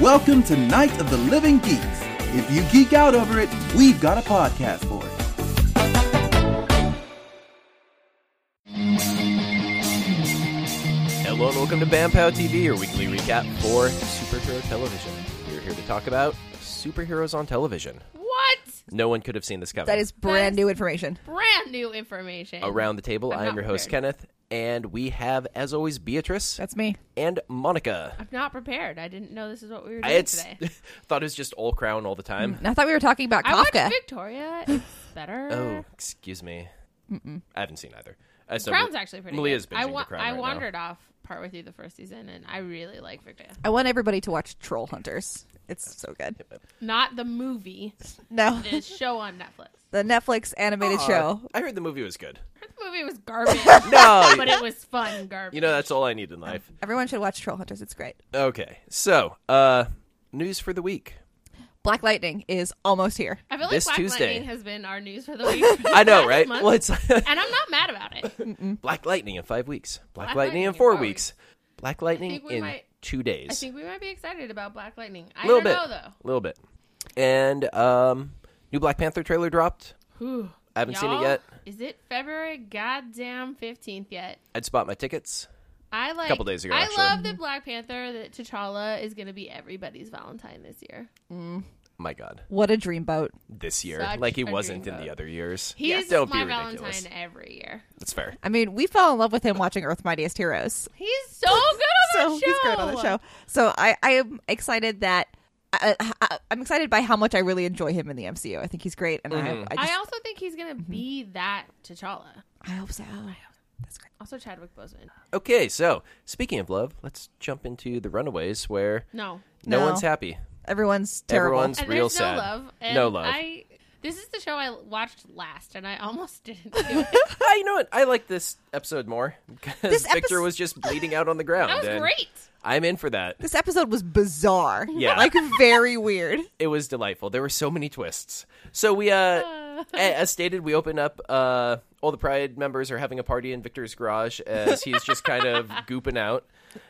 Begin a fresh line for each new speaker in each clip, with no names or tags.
Welcome to Night of the Living Geeks. If you geek out over it, we've got a podcast for it.
Hello and welcome to BamPow TV, your weekly recap for superhero television. We're here to talk about superheroes on television.
What?
No one could have seen this coming.
That is brand new information.
Brand new information.
around the table.
I'm
I am
not
your host
prepared.
Kenneth, and we have, as always, Beatrice
That's me.
and Monica.
I'm not prepared. I didn't know this is what we were
I
doing
had s-
today.
thought it was just all crown all the time.
I thought we were talking about
I watched
Kafka.
Victoria. It's better.
Oh, excuse me. I haven't seen either. Uh, so
Crown's
Ma-
actually pretty.
Malia's
good.
binging
I,
the
wa-
Crown
I
right now.
wandered off partway through the first season, and I really like Victoria.
I want everybody to watch Troll Hunters. It's so good.
Not the movie,
No,
the show on Netflix.
the Netflix animated
Uh,
show.
I heard the movie was good.
The movie was garbage,
No,
but it was fun garbage.
you know that's all I need in life.
Everyone should watch Troll Hunters. It's great.
Okay, so uh, news for the week.
Black Lightning is almost here.
I feel like
this
Black
Tuesday.
Lightning has been our news for the week. for the
I know,
past
right?
month,
Well, it's
and I'm not mad about it.
Black Lightning in five weeks. Black,
Black
Lightning,
Lightning
in
in
four
four
weeks. Black Lightning
think we
in
might-
two days.
I think we might be excited about Black Lightning. I
little
don't
bit,
know though.
little bit. And um, new Black Panther trailer dropped.
Whew.
I haven't seen it
Y'all,
yet.
Is it February goddamn fifteenth yet?
I'd spot my tickets.
I like
Couple days ago,
I
actually.
love that Black Panther that T'Challa is going to be everybody's Valentine this year.
My God,
What a dream boat.
this year,
Such
like he
a
wasn't in
dreamboat.
the other years.
He's
Don't
my
be ridiculous.
Valentine every year.
That's fair.
I mean, we fell in love with him watching Earth Mightiest Heroes.
He's so good on that
so
show.
he's great on the show. So I, I am excited that I, I, I'm excited by how much I really enjoy him in the MCU. I think he's great, and I, Mm-hmm. I, just,
I also think he's going to be that T'Challa.
I hope so. That's great.
Also Chadwick Boseman.
Okay, so speaking of love, let's jump into the Runaways, where
No.
no,
No.
one's happy.
Everyone's terrible.
Everyone's
And
real
there's
sad.
no love. And
no love.
I this is the show I watched last and I almost didn't do it.
Ah, you know what? I like this episode more because
This
Victor
episode-
was just bleeding out on the ground.
That was
and
great.
I'm in for that.
This episode was bizarre.
Yeah.
Like very weird.
it was delightful. There were so many twists. So we, uh, a- as stated, we open up. Uh, all the Pride members are having a party in Victor's garage as he's just kind of gooping out.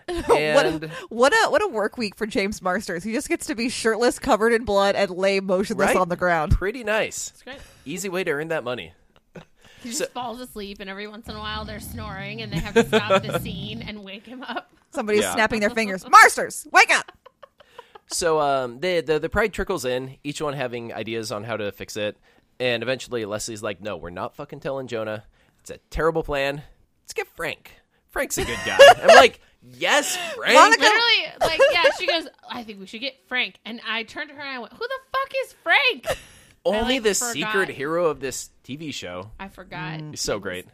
What
And
a, what a what a work week for James Marsters. He just gets to be shirtless, covered in blood, and lay motionless
Right?
on the ground.
pretty nice,
It's great.
easy way to earn that money.
He just falls asleep, and every once in a while they're snoring, and they have to stop the scene and wake him up.
Somebody's
Yeah.
snapping their fingers. Marsters, wake up!
So um, the, the the Pride trickles in, each one having ideas on how to fix it, and eventually Leslie's like, "No, we're not fucking telling Jonah. It's a terrible plan. Let's get Frank. Frank's a good guy." I'm like, "Yes, Frank."
Monica-
Literally, like, yeah, she goes, I think we should get Frank. And I turned to her and I went, Who the fuck is Frank?
Only
like,
the
forgot.
secret hero of this TV show.
I forgot.
He's so great.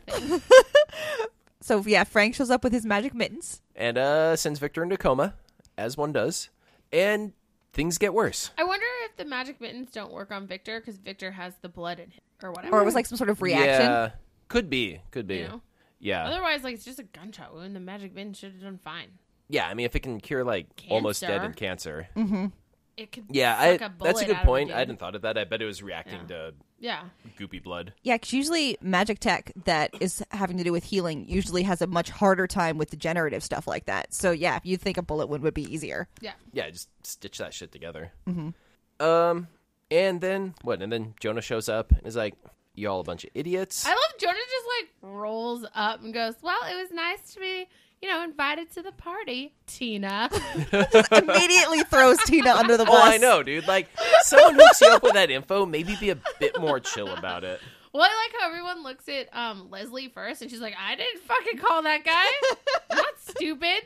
So yeah, Frank shows up with his magic mittens.
and uh, sends Victor into coma, as one does, and things get worse.
I wonder if the magic mittens don't work on Victor because Victor has the blood in him or whatever.
Or it was like some sort of reaction.
Yeah, could be, could be.
You know?
Yeah,
Otherwise, like, it's just a gunshot wound. The magic mittens should have done fine.
yeah. I mean, if it can cure like almost dead
Cancer.
and cancer,
It could
yeah, I,
suck a bullet
that's a good
out of
point.
dude.
I hadn't thought of that. I bet it was reacting to
Yeah.
goopy blood.
Yeah, because usually magic tech that is having to do with healing usually has a much harder time with degenerative stuff like that. So yeah, you'd think a bullet wound would be easier.
Yeah.
Yeah, just stitch that shit together. Mm-hmm. Um, and then what? And then Jonah shows up and is like, "Y'all a bunch of idiots."
I love Jonah just like rolls up and goes, Well, it was nice to be, you know, invited to the party, Tina.
Immediately throws Tina under the bus.
Oh, I know, dude. Like, someone hooks you up with that info, maybe be a bit more chill about it.
Well, I like how everyone looks at um, Leslie first, and she's like, "I didn't fucking call that guy. I'm Not stupid."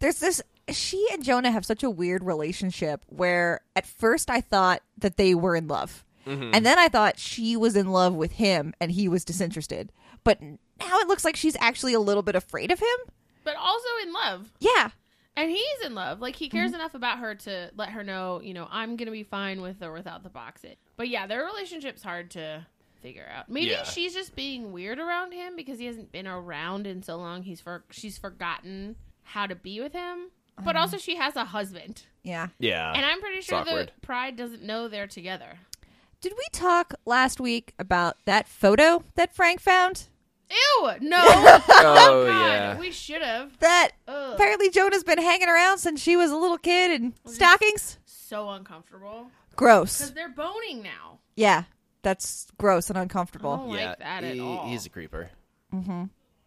there's this she and Jonah have such a weird relationship where at first I thought that they were in love. And then I thought she was in love with him and he was disinterested. But now it looks like she's actually a little bit afraid of him.
But also in love,
Yeah.
and he's in love. Like he
Mhm.
cares enough about her to let her know, you know, I'm gonna be fine with or without the boxing. But yeah, their relationship's hard to figure out. Maybe
Yeah.
she's just being weird around him because he hasn't been around in so long. He's for she's forgotten how to be with him. But
Uh-huh.
also, she has a husband,
Yeah.
Yeah.
and I'm pretty sure the
awkward.
Pride doesn't know they're together.
Did we talk last week about that photo that Frank found?
Ew, no.
Oh
God,
yeah.
we should have.
That
Ugh.
apparently Jonah's been hanging around since she was a little kid in stockings.
So uncomfortable because
Gross.
they're boning now.
Yeah, that's gross and
I
uncomfortable.
don't
yeah,
like that at
he-
all.
He's a creeper. Mm-hmm.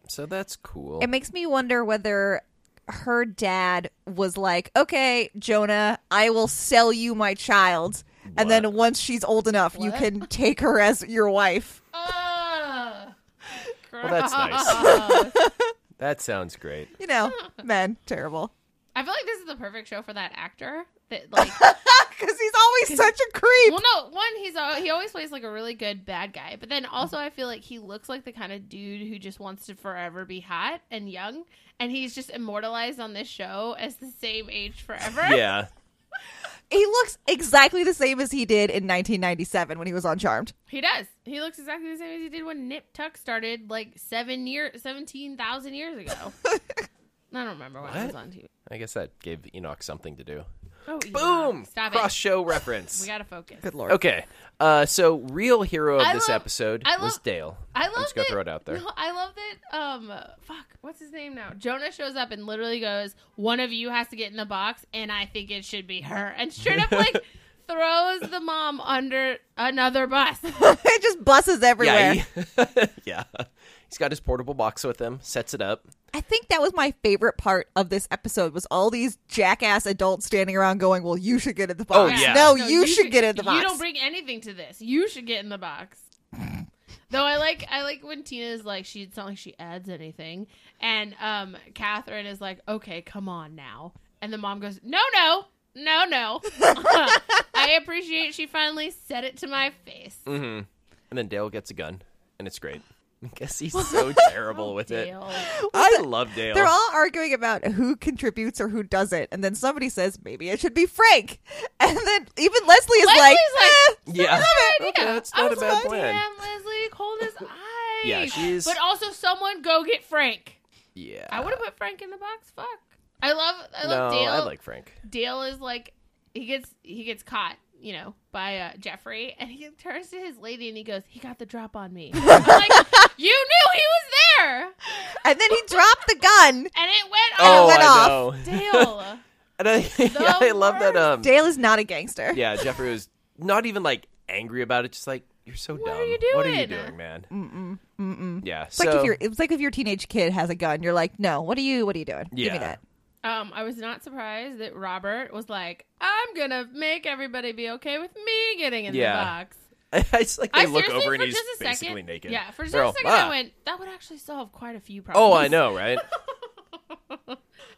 So that's cool.
It makes me wonder whether her dad was like, "Okay, Jonah, I will sell you my child." And then once she's old enough, you
What?
can take her as your wife.
Ugh.
well, that's nice.
Gross.
that sounds great.
You know, men, terrible.
I feel like this is the perfect show for that actor. That like,
Because he's always such a creep.
well, no, one he's al- he always plays like a really good bad guy, but then also I feel like he looks like the kind of dude who just wants to forever be hot and young, and he's just immortalized on this show as the same age forever.
Yeah.
He looks exactly the same as he did in 1997 when he was on Charmed.
He does. He looks exactly the same as he did when Nip Tuck started like seven year, seventeen thousand years ago. I don't remember when it was
What?
on TV.
I guess that gave Enoch something to do.
Oh, Elon,
Boom!
Stop
Cross
it.
show reference.
We gotta focus.
Good lord.
okay. Uh, so real hero of
I
this
love-
episode
I
was
love-
Dale.
I love
I'm just gonna
that-
throw it out there.
No, I love that. Um, fuck, what's his name now? Jonah shows up and literally goes, "One of you has to get in the box, and I think it should be her." And straight up like throws the mom under another bus.
it just busses everywhere.
yeah. he- yeah. He's got his portable box with him. Sets it up.
I think that was my favorite part of this episode was all these jackass adults standing around going, "Well, you should get in the box.
Oh, yeah.
No, you, should get in the
You
box."
don't bring anything to this. You should get in the box. Though I like I like when Tina's like she it's not like she adds anything, and um Catherine is like, okay, come on now, and the mom goes, no, no, no, no. I appreciate she finally said it to my face.
Mm. And then Dale gets a gun, and it's great. I guess he's so
Oh,
terrible with it.
Dale.
I love Dale.
They're all arguing about who contributes or who doesn't, and then somebody says, "Maybe it should be Frank." And then even Leslie is
Leslie's
like,
like,
"Eh."
yeah.
idea.
Okay, that's
I
not a
was
bad
like,
plan.
Damn, Leslie, cold as ice.
Yeah, she's-
But also, someone go get Frank.
Yeah.
I would have put Frank in the box. Fuck. I love I
no,
love Dale.
I like Frank.
Dale is like he gets he gets caught, you know, by uh, Jeffrey, and he turns to his lady and he goes, "He got the drop on me." I'm like you knew he was there,
and then he dropped the gun.
and it went
Oh,
went
I
off.
know.
Dale.
And I, yeah, I love that. Um,
Dale is not a gangster.
yeah, Jeffrey was not even like angry about it. Just like you're so dumb.
are you
What are you
doing?
doing, man? Mm-mm, mm-mm. Yeah.
It's
so
like if your it's like if your teenage kid has a gun, you're like, "No, what are you? What are you doing? Give
Yeah.
me that."
um, I was not surprised that Robert was like, "I'm gonna make everybody be okay with me getting in
Yeah.
the box."
it's like they
I
look
seriously,
over and
for
he's
just a second,
basically naked.
Yeah, for just
They're
a
all,
second,
"Ah."
I went, "That would actually solve quite a few problems."
Oh, I know, right?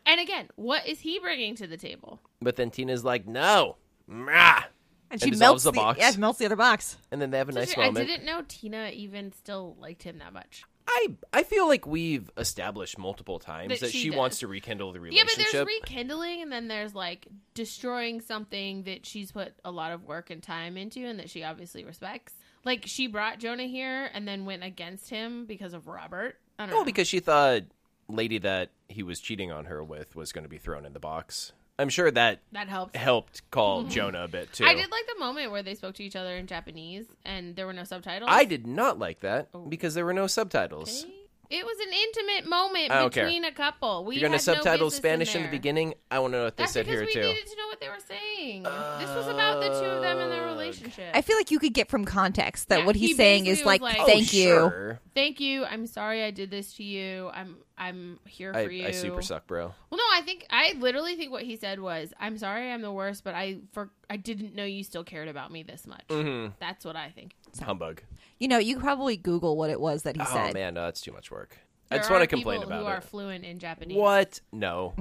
And again, what is he bringing to the table?
but then Tina's like, no. Mwah.
And
she
she
dissolves melts
melts
the the- box. yeah,
Yeah, melts the other box.
And then they have a nice
Sister, I
moment.
didn't know Tina even still liked him that much.
I, I feel like we've established multiple times that,
That
she,
she
wants
does.
to rekindle the
Yeah,
relationship.
but there's rekindling, and then there's like destroying something that she's put a lot of work and time into, and that she obviously respects. Like she brought Jonah here, and then went against him because of Robert. I don't
No,
know.
because she thought lady that he was cheating on her with was going to be thrown in the box. I'm sure that
that helps.
helped call Jonah a bit too.
Mm-hmm. I did like the moment where they spoke to each other in Japanese, and there were no subtitles.
I did not like that
Oh.
because there were no subtitles.
It was an intimate moment
I don't care.
between a couple. We
If You're going
had
to
no
subtitle
business in
Spanish in, the
there.
beginning. I want to know what they
That's
said
because
here
we
too.
needed to know what they were saying. this was about the two of them and their relationship.
I feel like you could get from context that
Yeah,
what he's
he
saying is
basically
like,
was like-
"Thank you."
Oh, Sure.
Thank you. I'm sorry I did this to you. I'm I'm here for
I,
you.
I super suck, bro.
Well, no, I think I literally think what he said was, "I'm sorry, I'm the worst, but I for I didn't know you still cared about me this much."
Mm-hmm.
That's what I think.
Humbug.
You know, you could probably Google what it was that he
Oh
said.
man, no, that's too much work. I
There
just want
are
to complain
people
about
who are
it.
fluent in Japanese.
What? No,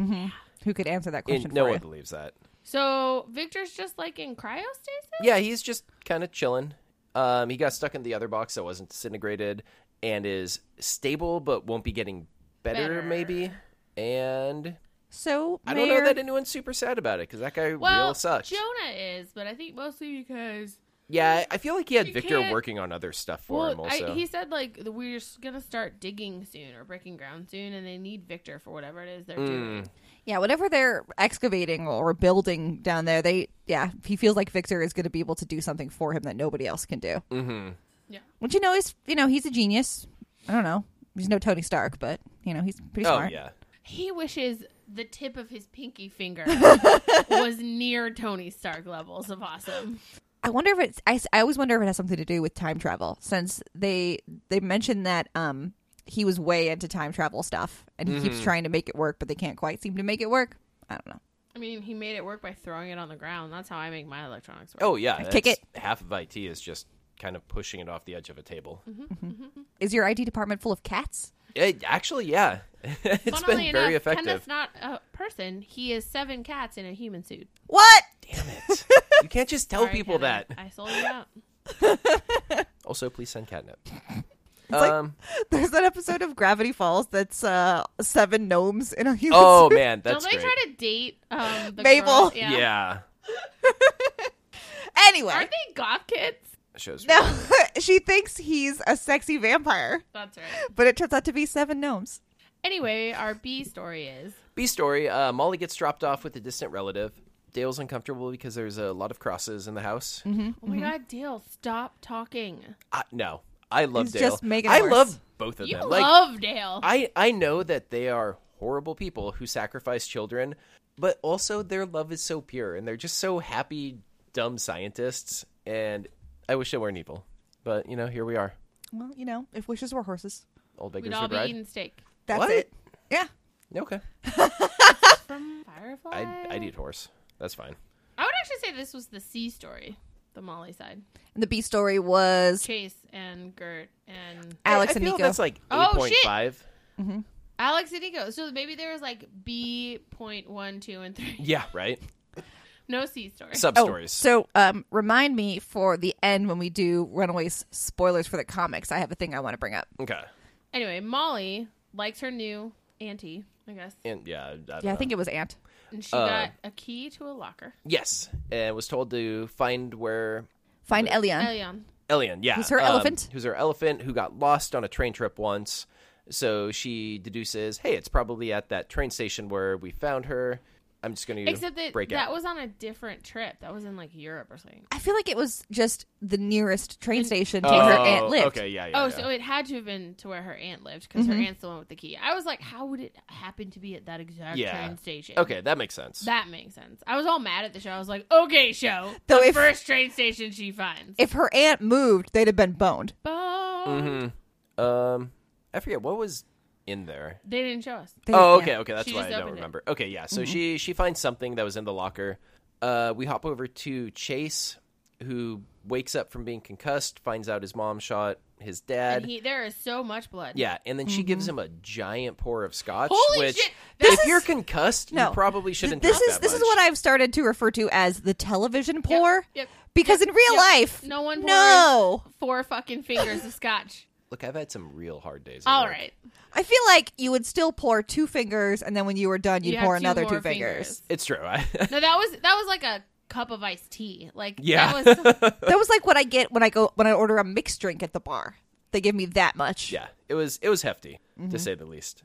Who could answer that question
And no
for
one
you?
believes that.
So Victor's just like in cryostasis.
Yeah, he's just kind of chilling. Um, he got stuck in the other box that wasn't disintegrated and is stable, but won't be getting better,
Better.
maybe. And
So
I
Mayor,
don't know that anyone's super sad about it because that guy
Well,
real sucked.
Jonah is, but I think mostly because
yeah, I feel like he had
You
Victor
can't-
working on other stuff for him.
Well, I,
Also,
he said like the- we're just gonna start digging soon or breaking ground soon, and they need Victor for whatever it is they're
Mm.
doing.
yeah, whatever they're excavating or building down there, they yeah, he feels like Victor is going to be able to do something for him that nobody else can do. Mm-hmm.
Yeah.
Which you know is you know he's a genius. I don't know. He's no Tony Stark, but you know he's pretty
Oh
smart.
yeah.
He wishes the tip of his pinky finger was near Tony Stark levels of awesome.
I wonder if it's. I, s- I always wonder if it has something to do with time travel, since they they mentioned that um he was way into time travel stuff, and he
Mm-hmm.
keeps trying to make it work, but they can't quite seem to make it work. I don't know.
I mean, he made it work by throwing it on the ground. That's how I make my electronics work.
Oh yeah.
kick
that's- Half of IT is just kind of pushing it off the edge of a table.
Mm-hmm.
Is your ID department full of cats?
It, actually, yeah. it's
Funnily
been very
enough,
effective.
Kenneth's not a person. He is seven cats in a human suit.
What?
Damn it. You can't just tell
Sorry,
people
Kenneth.
that.
I sold you out.
Also, please send catnip.
like-
Um,
There's that episode of Gravity Falls that's uh seven gnomes in a human
oh
suit.
man, that's
Don't they
great.
try to date um, the
Mabel.
girl-
yeah.
Yeah.
Anyway,
Aren't they goth kids?
Shows
no, she thinks he's a sexy vampire,
That's right.
but it turns out to be seven gnomes.
Anyway, our B story is
B story. Uh, Molly gets dropped off with a distant relative. Dale's uncomfortable because there's a lot of crosses in the house.
Mm-hmm.
Oh
Mm-hmm.
my god, Dale, stop talking.
I, no, I love
He's
Dale.
just making it
I
worse.
love both of
You
them. Like
love Dale.
I, I know that they are horrible people who sacrifice children, but also their love is so pure and they're just so happy, dumb scientists. And I wish they weren't evil, but you know, here we are.
Well, you know, if wishes were horses,
Old
We'd
beggars
all
would
be
ride.
eating steak.
that's
What?
it. Yeah.
Okay,
From Firefly?
I I eat horse. That's fine.
I would actually say this was the C story, the Molly side.
And the B story was
Chase and Gert and
Alex
I, I
and
feel
Nico.
That's like
Oh,
eight point
shit.
five.
Alex and Nico. So maybe there was like B point one, two, and three.
Yeah, right.
No C story.
Sub
Oh,
stories.
so um, remind me for the end when we do Runaways spoilers for the comics. I have a thing I want to bring up.
okay,
anyway, Molly likes her new auntie, I guess.
and yeah, I don't
Yeah, I
know.
think it was Ant.
And she
Uh,
got a key to a locker.
yes, and was told to find where
Find Elian.
Elion.
Elian, yeah. um,
Who's her elephant?
Who's her elephant who got lost on a train trip once. So she deduces, hey, it's probably at that train station where we found her. I'm just going to
Except that
break
that
out.
was on a different trip. That was in like Europe or something.
I feel like it was just the nearest train station to
oh,
her aunt lived.
Okay, yeah, yeah.
oh,
yeah. Mm-hmm.
so it had to have been to where her aunt lived because her aunt's the one with the key. I was like, how would it happen to be at that exact
Yeah.
train station?
okay, that makes sense.
That makes sense. I was all mad at the show. I was like, okay, show.
Though
the
if-
first train station she finds.
If her aunt moved, they'd have been boned.
Mm-hmm.
Boom.
um, I forget what was in there.
They didn't show us.
They-
Oh,
yeah.
okay, okay. That's
She
why I
just
don't
opened it.
remember. Okay, yeah.
Mm-hmm.
So she she finds something that was in the locker. Uh, we hop over to Chase, who wakes up from being concussed, finds out his mom shot his dad.
And he, there is so much blood.
Yeah, and then she gives him a giant pour of scotch.
Holy
which,
shit!
If
This is-
you're concussed,
No.
you probably shouldn't.
This
drink
is
that
this is
much.
what I've started to refer to as the television pour.
yep,
Because in real
yep.
life,
No one
No,
Four fucking fingers of scotch.
Look, I've had some real hard days. at
All
work.
right.
I feel like you would still pour two fingers, and then when you were done, you'd
You have
pour another
more
two fingers.
it's true. I,
No, that was that was like a cup of iced tea. Like
yeah,
that was
that was like what I get when I go when I order a mixed drink at the bar. They give me that much.
yeah. It was it was hefty
Mm-hmm.
to say the least.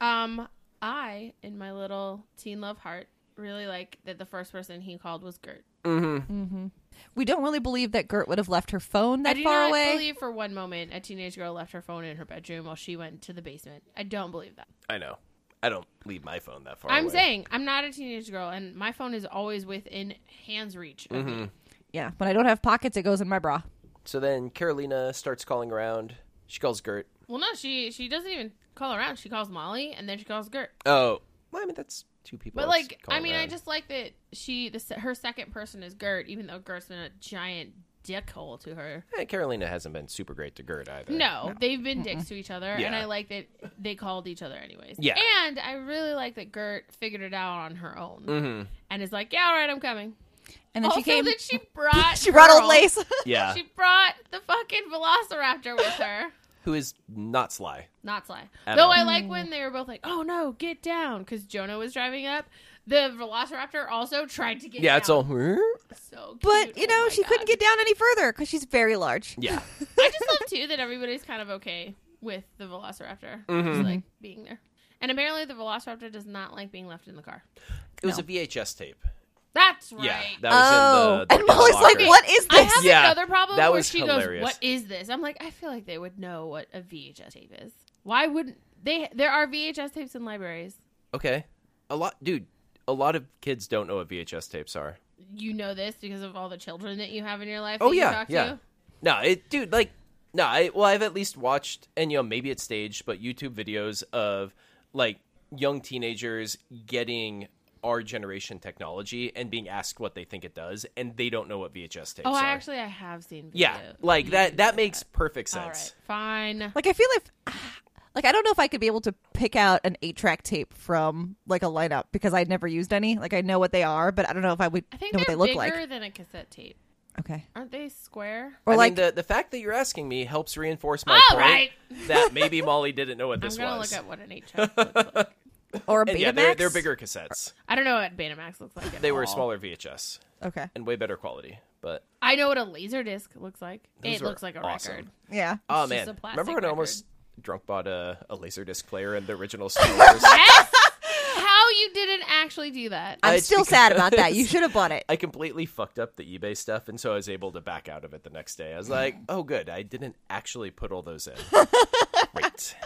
um I in my little teen love heart really like that the first person he called was Gert.
We don't really believe that Gert would have left her phone
I
that
do
far
not
away.
believe for one moment a teenage girl left her phone in her bedroom while she went to the basement. I don't believe that.
I know. I don't leave my phone that far.
I'm
away.
saying I'm not a teenage girl and my phone is always within hands reach of
Mm-hmm.
me.
yeah, when I don't have pockets, it goes in my bra.
So then Carolina starts calling around. She calls Gert.
Well no, she she doesn't even call around. She calls Molly and then she calls Gert.
Oh, well, I mean that's two people.
But
that's
like, I
calling
mean, I
around.
just like that she the, se- her second person is Gert, even though Gert's been a giant dickhole to her.
Eh, Carolina hasn't been super great to Gert either.
No, they've been dicks to each other, and
Yeah.
I like that they called each other anyways.
Yeah.
and I really like that Gert figured it out on her own
Mm-hmm.
and is like, "Yeah, all right, I'm coming."
And then
Also,
she came.
that she brought
she brought old
Pearl.
lace.
Yeah,
She brought the fucking Velociraptor with her.
who is not sly.
Not Sly.
At
Though
all.
I like when they were both like, "Oh no, get down," because Jonah was driving up. The Velociraptor also tried to get.
Yeah,
down.
it's all.
So
but
cute.
you
Oh
know,
my
she couldn't
God.
get down any further because she's very large.
Yeah,
I just love too that everybody's kind of okay with the Velociraptor
Mm-hmm.
just,
Mm-hmm.
like being there. And apparently, the Velociraptor does not like being left in the car.
it was a
No.
VHS tape.
That's right.
Yeah, that was
Oh,
in the. the
and Molly's like,
locker.
"What is
I
this?"
have
Yeah,
another problem
that
where
was
she
hilarious.
goes, "What is this?" I'm like, I feel like they would know what a VHS tape is. Why wouldn't they? There are VHS tapes in libraries.
Okay. A lot, dude. A lot of kids don't know what VHS tapes are.
You know this because of all the children that you have in your life.
Oh
that you
yeah,
talk
yeah.
To.
No, it, dude. Like, no. I, well, I've at least watched, and you know, maybe it's staged, but YouTube videos of like young teenagers getting our generation technology and being asked what they think it does, and they don't know what VHS tapes
Oh,
are.
I actually I have seen.
yeah,
video-
like that.
videos
That
of
makes perfect
All
sense.
right, fine.
Like I feel like like I don't know if I could be able to pick out an eight track tape from like a lineup because I'd never used any. Like I know what they are, but I don't know if I would
I think
know
they're
what they look
bigger
like.
than a cassette tape.
Okay.
Aren't they square?
Or
I
like
mean, the the fact that you're asking me helps reinforce my
All
point
Oh, right.
that maybe Molly didn't know what this
I'm gonna
was.
look at what an eight track looks like.
or
and
a Betamax.
yeah, they're, they're bigger cassettes.
I don't know what Betamax looks like. at
They were
all.
smaller VHS
Okay.
and way better quality. But
I know what a laser disc looks like.
Those
it
were
looks like a
awesome.
record.
Yeah.
oh
just
man,
a plastic
remember when I
record.
almost drunk bought a, a laserdisc player in the original Star Wars?
Yes! How you didn't actually do that?
I'm
I-
still sad about that. You should have bought it.
I completely fucked up the eBay stuff, and so I was able to back out of it the next day. I was like, "Oh, good, I didn't actually put all those in." Great.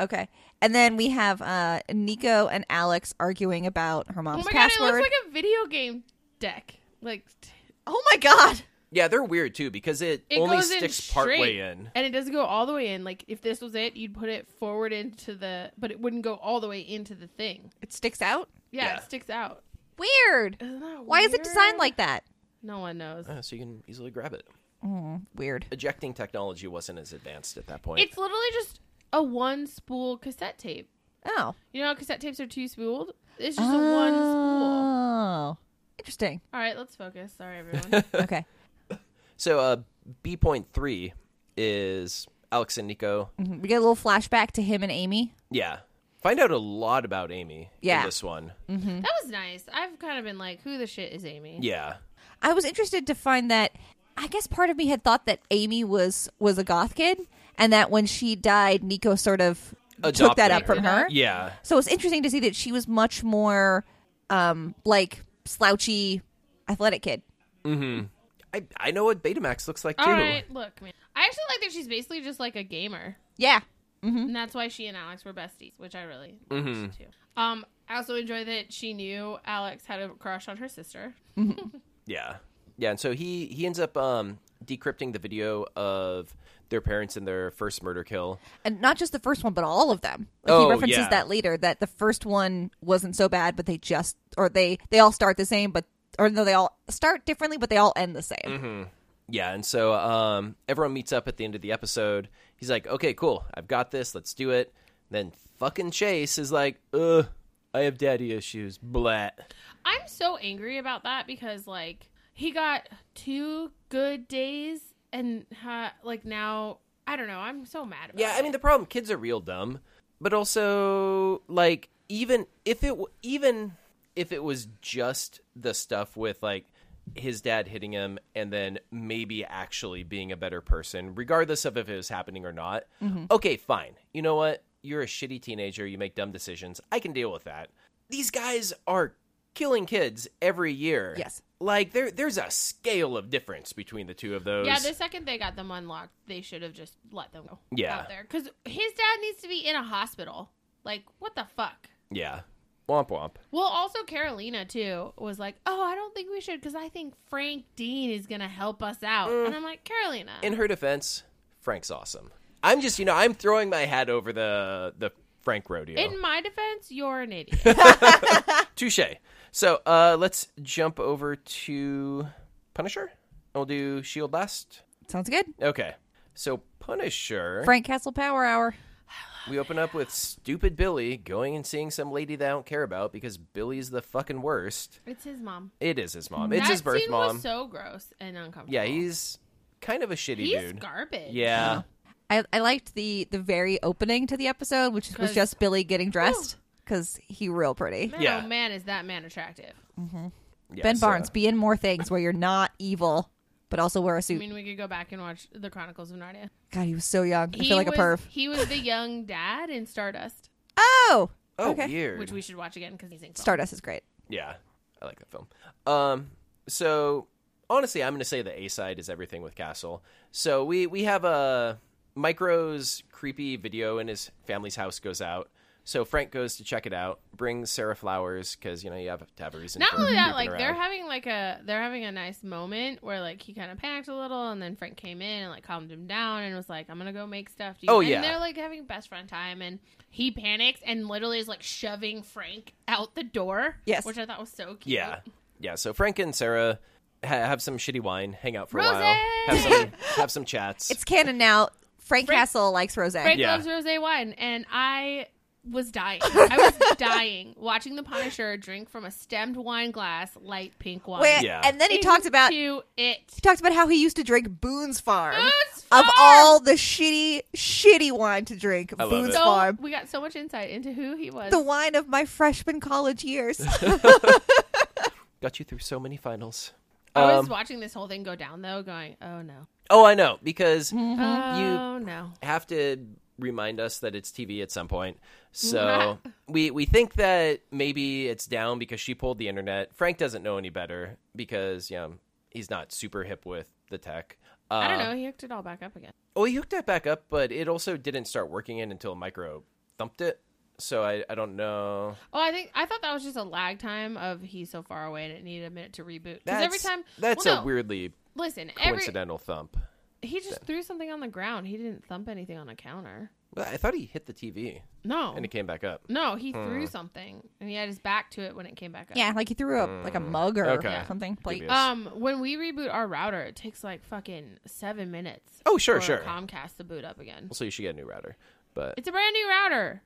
Okay. And then we have uh Nico and Alex arguing about her
oh
mom's
my god, it
password.
looks like a video game deck. Like t-
oh my god.
Yeah, they're weird too because it,
it
only
goes in
sticks
straight,
partway in.
and it doesn't go all the way in. Like if this was it, you'd put it forward into the, but it wouldn't go all the way into the thing.
It sticks out?
Yeah,
Yeah.
it sticks out.
Weird.
Isn't that
Why is it designed
weird?
like that?
No one knows.
Uh, so you can easily grab it.
Mm, Weird.
Ejecting technology wasn't as advanced at that point.
It's literally just a one spool cassette tape.
Oh.
You know how cassette tapes are two spooled? It's just a one spool.
Oh. Interesting.
All right, let's focus. Sorry, everyone.
Okay.
So uh, B point three is Alex and Nico.
Mhm. we get a little flashback to him and Amy.
Yeah, find out a lot about Amy
Yeah.
in this one.
that was nice. I've kind of been like, who the shit is Amy?
Yeah,
I was interested to find that I guess part of me had thought that Amy was was a goth kid and that when she died Nico sort of took
Adopted
that up from
her.
her.
yeah,
So it's interesting to see that she was much more um like slouchy athletic kid.
I I know what Betamax looks like too.
All right, look, man. I actually like that she's basically just like a gamer,
Yeah.
and that's why she and Alex were besties, which I really liked too. Um, I also enjoy that she knew Alex had a crush on her sister.
Yeah, yeah, and so he he ends up um decrypting the video of their parents in their first murder kill.
And not just the first one, but all of them. Like,
Oh,
he references
yeah.
that later that the first one wasn't so bad, but they just or they they all start the same, but or no, they all start differently, but they all end the same.
Mm-hmm. Yeah, and so um everyone meets up at the end of the episode. He's like, "Okay, cool, I've got this. Let's do it." Then fucking Chase is like, "Ugh, I have daddy issues." Blat.
I'm so angry about that because like he got two good days, and ha- like now I don't know. I'm so mad about.
Yeah, I
it.
mean the problem kids are real dumb, but also like even if it w- even if it was just the stuff with like his dad hitting him and then maybe actually being a better person, regardless of if it was happening or not. Okay, fine. You know what? You're a shitty teenager. You make dumb decisions. I can deal with that. These guys are killing kids every year.
Yes.
Like there, there's a scale of difference between the two of those.
Yeah, the second they got them unlocked, they should have just let them go
Yeah.
out there. Because his dad needs to be in a hospital. Like, what the fuck?
yeah. Womp womp.
Well, also Carolina too was like, "Oh, I don't think we should because I think Frank Dean is gonna help us out." And I'm like, Carolina,
Mm. in her defense, Frank's awesome. I'm just, you know, I'm throwing my hat over the the Frank rodeo.
in my defense, you're an idiot.
Touche. So uh, let's jump over to Punisher. We'll do Shield E last.
Sounds good.
Okay. So Punisher,
Frank Castle Power Hour.
we open up with stupid Billy going and seeing some lady that I don't care about because Billy's the fucking worst.
it's his mom.
It is his mom. It's
that
his birth
scene
mom.
was so gross and uncomfortable.
yeah, he's kind of a shitty
he's
dude.
garbage.
yeah.
I, I liked the the very opening to the episode, which was
'Cause-
just Billy getting dressed because he real pretty.
man,
Yeah.
oh man, is that man attractive?
Yeah,
ben
so-
Barnes, be in more things where you're not evil, but also wear a
I
suit.
mean, we could go back and watch The Chronicles of Narnia.
God, he was so young. I
He
feel like
was,
a perv.
He was the young dad in Stardust.
Oh,
Oh,
okay.
weird.
which we should watch again because he's in
Stardust is great.
Yeah, I like that film. Um, so honestly, I'm going to say the A side is everything with Castle. So we we have a Micro's creepy video in his family's house goes out. So Frank goes to check it out, brings Sarah flowers because you know you have to have a reason.
Not
for
only that,
creeping
like they're
around.
having like a they're having a nice moment where like he kind of panicked a little, and then Frank came in and like calmed him down and was like, "I'm gonna go make stuff." Do you-"
Oh,
and
yeah.
they're like having best friend time, and he panics and literally is like shoving Frank out the door.
Yes.
which I thought was so cute.
yeah, yeah. So Frank and Sarah ha- have some shitty wine, hang out for a while, have
Rosé!
some have some chats.
It's canon now. Frank,
Frank-
Castle likes Rose.
Frank
Yeah.
loves rose wine, and I was dying. I was dying watching the Punisher drink from a stemmed wine glass, light pink wine.
Where-
Yeah.
And then he talked about he
Into it.
talked about how he used to drink Boone's Farm.
Boone's
Of
Farm!
all the shitty, shitty wine to drink,
I love
Boone's
it.
So
Farm.
we got so much insight into who he was.
The wine of my freshman college years.
Got you through so many finals.
I
Um,
was watching this whole thing go down though, going, "Oh no,
Oh, I know because
oh no."
have to remind us that it's TV at some point. So we we think that maybe it's down because she pulled the internet. Frank doesn't know any better because you know he's not super hip with the tech. Uh,
I don't know. He hooked it all back up again.
Oh, he hooked it back up, but it also didn't start working in until Micro thumped it. So I I don't know.
Oh, I think I thought that was just a lag time of he's so far away and it needed a minute to reboot. Because
That's
every time
that's
well,
a
no,
weirdly
listen. Every
coincidental thump.
he just threw something on the ground. He didn't thump anything on a counter.
Well, I thought he hit the TV
No,
and it came back up.
no, he
Hmm.
threw something and he had his back to it when it came back up.
yeah, like he threw a like a mug or
Mm. Okay.
something. Like
Dubious.
Um, when we reboot our router, it takes like fucking seven minutes.
Oh, sure,
for
sure.
Comcast to boot up again.
So you should get a new router, but
It's a brand new router.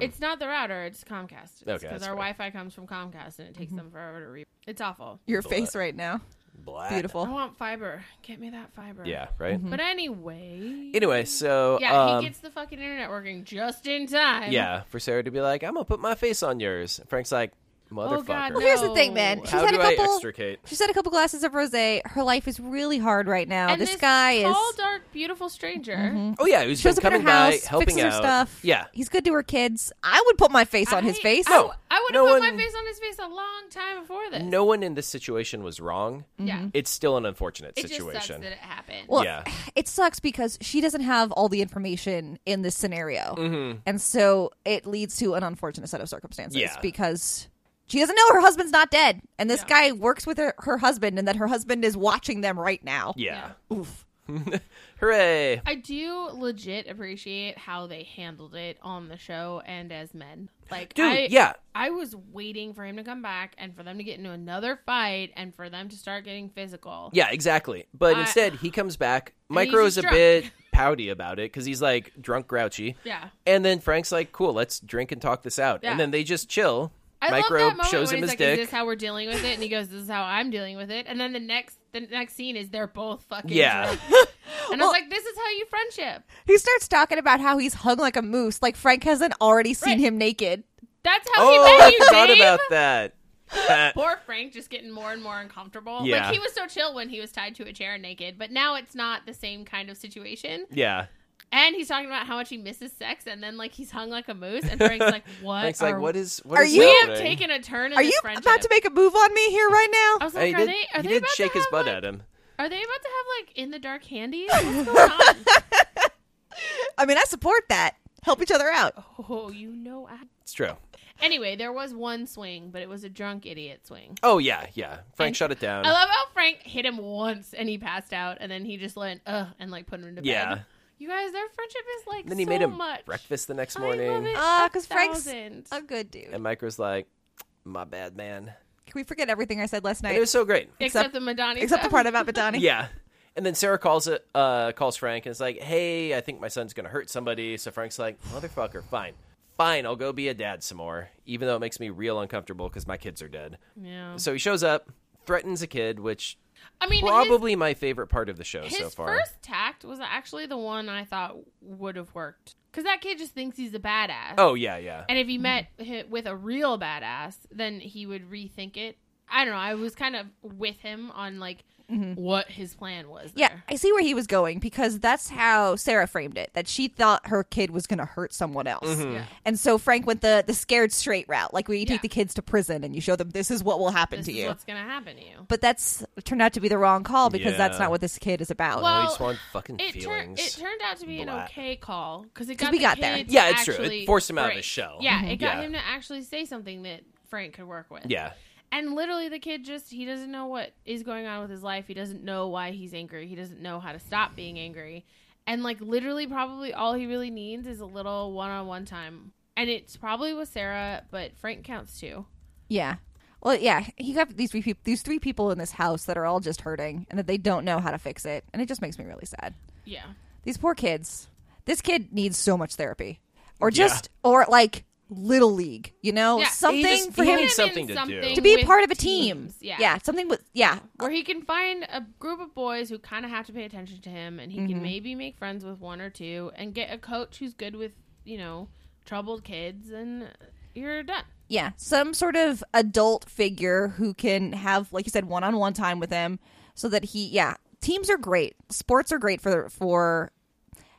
It's not the router. It's Comcast.
Hmm. Okay,
Because our
that's fair.
Wi-Fi comes from Comcast, and it
Mm-hmm.
takes them forever to re. It's awful.
your face right now.
black.
Beautiful.
I want fiber. Get me that fiber.
Yeah, right.
But anyway.
Anyway, so
yeah,
um,
he gets the fucking internet working just in time.
Yeah, for Sarah to be like, I'm gonna put my face on yours. Frank's like, motherfucker.
Oh, God,
Well, here's the thing,
No.
man. She's
How
had
do
a couple.
I extricate?
She's had a couple glasses of rosé. Her life is really hard right now.
And
This,
this,
guy
tall,
is Mm-hmm.
dark, beautiful stranger.
Oh yeah, who's been
shows up at her
coming
house,
by, helping
fixes
out.
her stuff.
Yeah,
he's good to her kids. I would put my face on his
I-
face.
I,
No.
I would
No
have put
one-
my face on his face a long time before this.
no one in this situation was wrong.
Yeah.
It's still an unfortunate
It
situation.
just sucks that it happened.
Well,
Yeah.
it sucks because she doesn't have all the information in this scenario, and so it leads to an unfortunate set of circumstances.
Mm-hmm. Yeah.
because she doesn't know her husband's not dead, and this guy works with her, her husband, and that her husband is watching them right now.
yeah.
Oof.
Hooray!
I do legit appreciate how they handled it on the show and as men. Like,
Dude,
I,
yeah.
I was waiting for him to come back and for them to get into another fight and for them to start getting physical.
Yeah, exactly. But
I-
instead, he comes back.
Uh, he's
Micro's
just
a
drunk.
bit pouty about it because he's like drunk, grouchy.
Yeah.
And then Frank's like, "Cool, let's drink and talk this out."
Yeah.
And then they just chill.
I
Micro
love that moment
shows
when
him his
he's like,
dick.
"Is this how we're dealing with it?" And he goes, "This is how I'm dealing with it." And then the next, the next scene is they're both fucking.
yeah.
drunk. And I
Well-
was like, "This is how you friendship.
He starts talking about how he's hung like a moose. Like Frank hasn't already seen
Right.
him naked.
That's how
oh,
he met
I
you,
forgot
babe."
about that. That-
Poor Frank just getting more and more uncomfortable.
Yeah.
Like he was so chill when he was tied to a chair and naked, but now it's not the same kind of situation.
yeah.
And he's talking about how much he misses sex, and then like he's hung like a moose. And Frank's like, "What?
Frank's like,
are-
what is what
Are
is
you-
We have
happening?
taken a turn in
Are
this
you
friendship. Oh.
about to make a move on me here right
I
now?
was like,
he
"Are
did,
they? Are
he
they
did
about
shake
to
his
have,
butt
like-
at him.
Are they about to have like in the dark handy? What's going on?
I mean, I support that. Help each other out.
oh, you know. I-
It's true.
Anyway, there was one swing, but it was a drunk idiot swing.
Oh yeah, yeah. Frank
And-
shut it down.
I love how Frank hit him once and he passed out, and then he just went ugh and like put him into
Yeah.
bed. You guys, their friendship is like
then he
so
made him
much.
breakfast the next
I love
morning,
it.
Ah,
a
'cause Frank's-
thousand.
A good dude.
and Micro's like, "My bad, man."
Can we forget everything I said last
And it
night?
was so great.
except,
except-
the Madonna.
Except the
stuff.
part about Batani.
Yeah. And then Sarah calls it, uh, calls Frank, and is like, "Hey, I think my son's gonna hurt somebody." So Frank's like, "Motherfucker, fine, fine, I'll go be a dad some more, even though it makes me real uncomfortable because my kids are dead."
Yeah.
So he shows up, threatens a kid, which
I mean, his-
probably my favorite part of the show
His
so far.
first tact was actually the one I thought would have worked because that kid just thinks he's a badass.
Oh yeah, yeah.
And if he met hi- with a real badass, then he would rethink it. I don't know. I was kind of with him on like what his plan was.
Mm-hmm. Yeah,
there.
I see where he was going because that's how Sarah framed it that she thought her kid was going to hurt someone else.
Mm-hmm.
Yeah.
And so Frank went the, the scared straight route, like where you
Yeah.
take the kids to prison and you show them this is what will happen
This
to
is
you.
what's gonna happen to you.
But that's turned out to be the wrong call because that's
Yeah.
not what this kid is about.
Well,
I just want fucking
It, tur-
feelings.
it turned out to be an
Blah.
okay call because it got
we
the
got there.
kid to
Yeah, it's true. It
actually
forced him out of
break.
his shell.
Yeah, it got
Yeah.
him to actually say something that Frank could work with.
yeah.
And literally, the kid just, he doesn't know what is going on with his life. He doesn't know why he's angry. He doesn't know how to stop being angry. And, like, literally, probably all he really needs is a little one on one time. And it's probably with Sarah, but Frank counts too.
yeah. Well, yeah, he got these three people, these three people in this house that are all just hurting and that they don't know how to fix it, and it just makes me really sad.
Yeah.
These poor kids. This kid needs so much therapy, or
Yeah.
just or like little league, you know,
Yeah.
something
just-
for
he
him
needs
in
something to do.
to be
with
part of a team.
teams. Yeah.
yeah, something with yeah,
Where he can find a group of boys who kind of have to pay attention to him, and he can maybe make friends with one or two and get a coach who's good with, you know, troubled kids, and you're done.
yeah, some sort of adult figure who can have, like you said, one-on-one time with him, so that he yeah, teams are great. Sports are great for for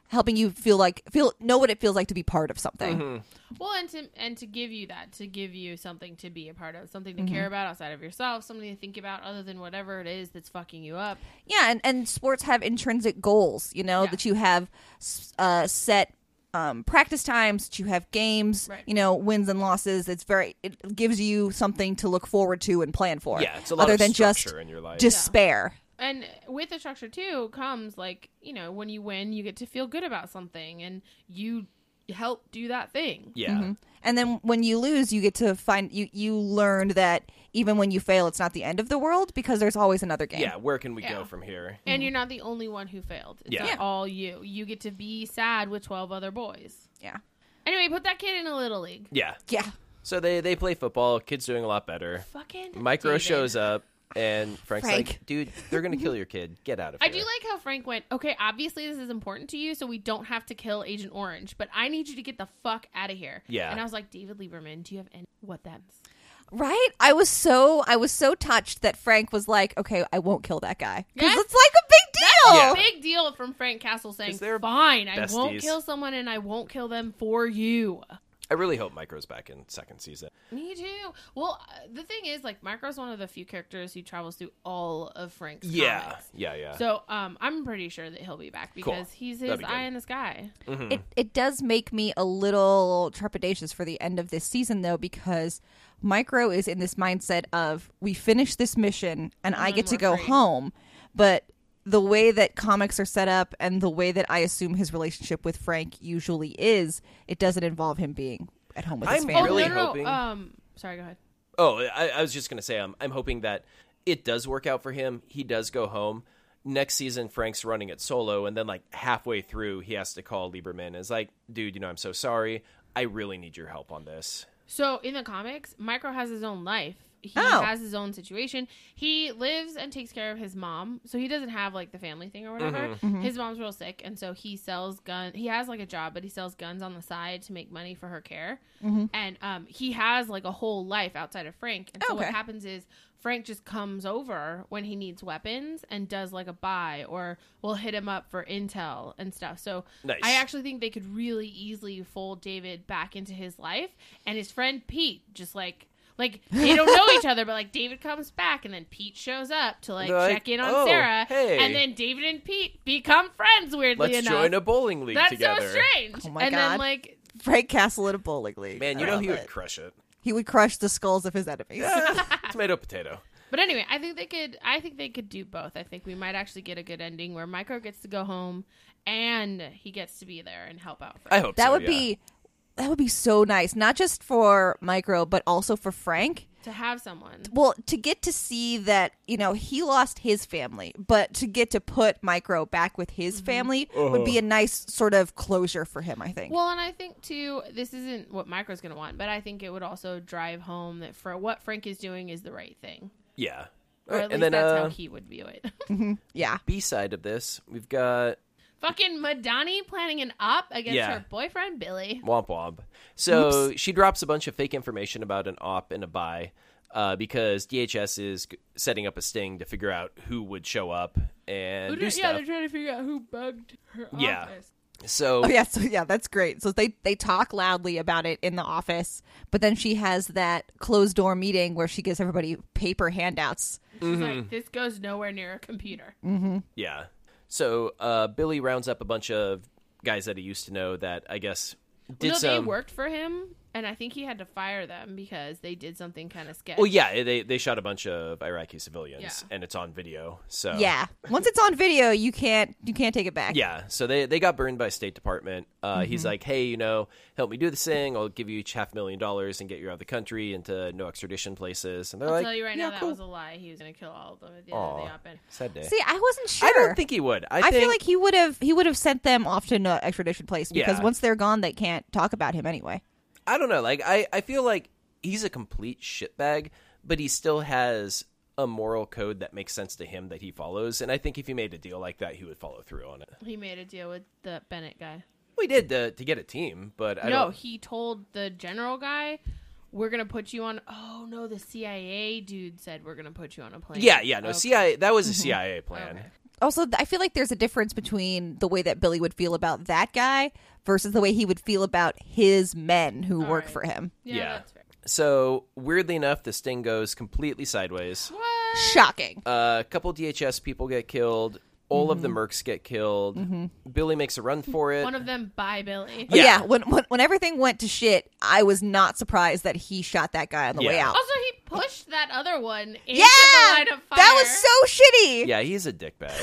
helping you feel like feel know what it feels like to be part of something.
Well, and to and to give you that, to give you something to be a part of, something to care about outside of yourself, something to think about other than whatever it is that's fucking you up.
Yeah, and, and sports have intrinsic goals, you know,
Yeah.
that you have s- uh, set um, practice times, that you have games,
Right.
you know, wins and losses. It's very, it gives you something to look forward to and plan for.
Yeah, it's a lot
other
of
than just
structure in your life.
despair.
And with the structure too comes like you know when you win, you get to feel good about something, and you help do that thing.
Yeah.
Mm-hmm. And then when you lose, you get to find you you learn that even when you fail, it's not the end of the world because there's always another game.
Yeah. Where can we
Yeah.
go from here?
And you're not the only one who failed. It's
Mm-hmm. Yeah.
not
Yeah.
all you. You get to be sad with twelve other boys.
yeah,
Anyway, put that kid in a little league.
Yeah.
yeah.
So they they play football. Kids doing a lot better.
Fucking
Micro
David.
shows up, and Frank's
Frank.
like, "Dude, they're gonna kill your kid. Get out of
I
here."
do like how Frank went, okay, obviously this is important to you, so we don't have to kill Agent Orange, but I need you to get the fuck out of here.
Yeah.
And I was like, David Lieberman, do you have any what that is?
Right? I was so I was so touched that Frank was like, "Okay, I won't kill that guy because
Yes.
it's like a big deal."
Yeah.
Big deal from Frank Castle saying,
'Cause they're
fine, I won't
besties.
kill someone and I won't kill them for you.
I really hope Micro's back in second season.
Me too. Well, uh, the thing is, like, Micro's one of the few characters who travels through all of Frank's
Yeah.
comics.
Yeah. Yeah.
So um, I'm pretty sure that he'll be back
Cool.
because he's
That'd
his
be
eye
good.
in the sky.
It it does make me a little trepidatious for the end of this season though because Micro is in this mindset of we finish this mission and I get to
Mm-hmm, we're
go
free.
home, but the way that comics are set up and the way that I assume his relationship with Frank usually is, it doesn't involve him being at home with his
I'm
family.
really
oh, no, no, no,
hoping-
Um, sorry, go ahead.
Oh, I, I was just gonna say, um, I'm hoping that it does work out for him. He does go home next season. Frank's running it solo, and then like halfway through, he has to call Lieberman. And is like, dude, you know, I'm so sorry. I really need your help on this.
So in the comics, Micro has his own life. He
Oh.
has his own situation. He lives and takes care of his mom, so he doesn't have like the family thing or whatever.
Mm-hmm.
His mom's real sick, and so he sells gun. He has like a job, but he sells guns on the side to make money for her care. And um, he has like a whole life outside of Frank. And so what
Okay.
happens is Frank just comes over when he needs weapons and does like a buy, or will hit him up for intel and stuff. So
Nice.
I actually think they could really easily fold David back into his life and his friend Pete just like like they don't know each other, but like David comes back and then Pete shows up to like,
They're like,
check in on
"Oh,
Sarah,
hey."
and then David and Pete become friends. Weirdly
Let's
enough,
join a bowling league
that's
together.
so strange.
Oh my
and
God.
then like
Frank Castle at a bowling league.
Man, you
I
know
love
he would
it.
crush it.
he would crush the skulls of his enemies.
Tomato, potato.
But anyway, I think they could. I think they could do both. I think we might actually get a good ending where Micro gets to go home and he gets to be there and help out. For
I hope
That
so,
would
yeah.
be that would be so nice, not just for Micro, but also for Frank.
to have someone.
Well, to get to see that, you know, he lost his family, but to get to put Micro back with his
Mm-hmm.
family would
Uh-huh.
be a nice sort of closure for him, I think.
Well, and I think too, this isn't what Micro's going to want, but I think it would also drive home that for what Frank is doing is the right thing,
yeah.
or at
Alright,
least
and then
that's
uh,
how he would view it.
yeah.
B side of this, we've got
Fucking Madani planning an op against
Yeah.
her boyfriend Billy.
Womp Womp. So she drops a bunch of fake information about an op and a buy. uh, because DHS is g- setting up a sting to figure out who would show up and
Who
do
did- yeah,
stuff.
they're trying to figure out who bugged her
Yeah.
office.
So
Oh yeah, so yeah, that's great. So they they talk loudly about it in the office, but then she has that closed door meeting where she gives everybody paper handouts.
She's
Mm-hmm.
like, this goes nowhere near a computer.
Yeah. So uh, Billy rounds up a bunch of guys that he used to know that I guess did
no,
some.
they worked for him, and I think he had to fire them because they did something kind of sketchy.
Well, yeah, they they shot a bunch of Iraqi civilians,
Yeah.
and it's on video. So
Yeah, once it's on video, you can't you can't take it back.
Oh. yeah. So they they got burned by State Department. Uh,
Mm-hmm.
He's like, hey, you know, help me do this thing. I'll give you each half a million dollars and get you out of the country into no extradition places. And they're
I'll
like,
tell you right
yeah,
now,
cool.
that was a lie. He was going to kill all of them at the end of
Aw.
the op-ed.
sad day.
See, I wasn't sure.
I don't think he would. I,
I
think,
feel like he would have he would have sent them off to an uh, extradition place because
Yeah.
once they're gone, they can't talk about him anyway.
I don't know. Like I, I feel like he's a complete shitbag, but he still has a moral code that makes sense to him that he follows. And I think if he made a deal like that, he would follow through on it.
He made a deal with the Bennett guy.
We did to, to get a team, but I
no,
don't.
he told the general guy, "We're going to put you on." Oh no, the CIA dude said we're going to put you on a plane.
Yeah, yeah. No,
Okay.
CIA. That was a CIA plan.
Okay.
Also, th- I feel like there's a difference between the way that Billy would feel about that guy versus the way he would feel about his men who work
right.
for him.
Yeah,
Yeah.
that's fair.
So weirdly enough, the sting goes completely sideways.
What?
Shocking.
Uh, a couple DHS people get killed. All of the mercs get killed. Billy makes a run for it.
Mm-hmm. One of them by Billy.
But
yeah.
yeah, when, when when everything went to shit, I was not surprised that he shot that guy on the way
Yeah.
out.
Also, he pushed that other one into
yeah,
Oh, the line of fire.
that was so shitty.
yeah, he's a dickbag.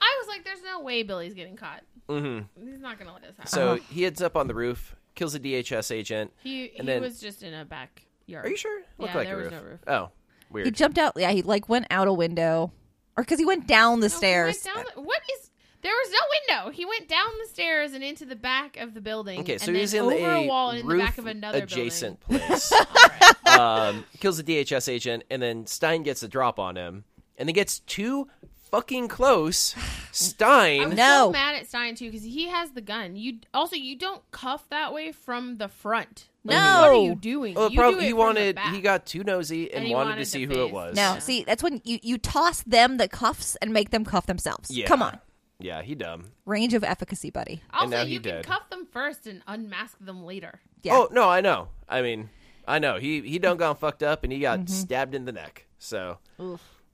I was like, "There's no way Billy's getting caught. Mm-hmm. He's not going to let this happen."
So he heads up on the roof, kills a DHS agent.
Uh-huh. he he
and then-
was just in a backyard.
Are you sure? Looked
Yeah,
like
there
a
was
roof.
no roof.
Oh,
He
weird.
jumped out. Yeah, he like went out a window, or because he went down the
No, Oh, he went
stairs.
down the- what is? There was no window. He went down the stairs and into the back of the building.
Okay, so
and
he's
then
in
over
a
a wall and in the
roof
back of another
adjacent
Building.
place.
All right.
um, kills the DHS agent, and then Stein gets a drop on him, and then gets too fucking close.
I was
Stein.
No.
so mad at Stein too because he has the gun. You also you don't cuff that way from the front. Like,
No.
what are you doing?
Well,
you
Oh, prob-
do it
he
from the
wanted.
back.
He got too nosy and,
And he
wanted, to
wanted
see
the
who it
face.
was.
No,
Yeah.
see, that's when you you toss them the cuffs and make them cuff themselves.
Yeah.
Come on,
Yeah, he dumb.
range of efficacy, buddy.
Also,
and now he
you can
did.
cuff them first and unmask them later.
Yeah.
Oh no, I know. I mean, I know. He he done gone fucked up, and he got
Mm-hmm.
stabbed in the neck. So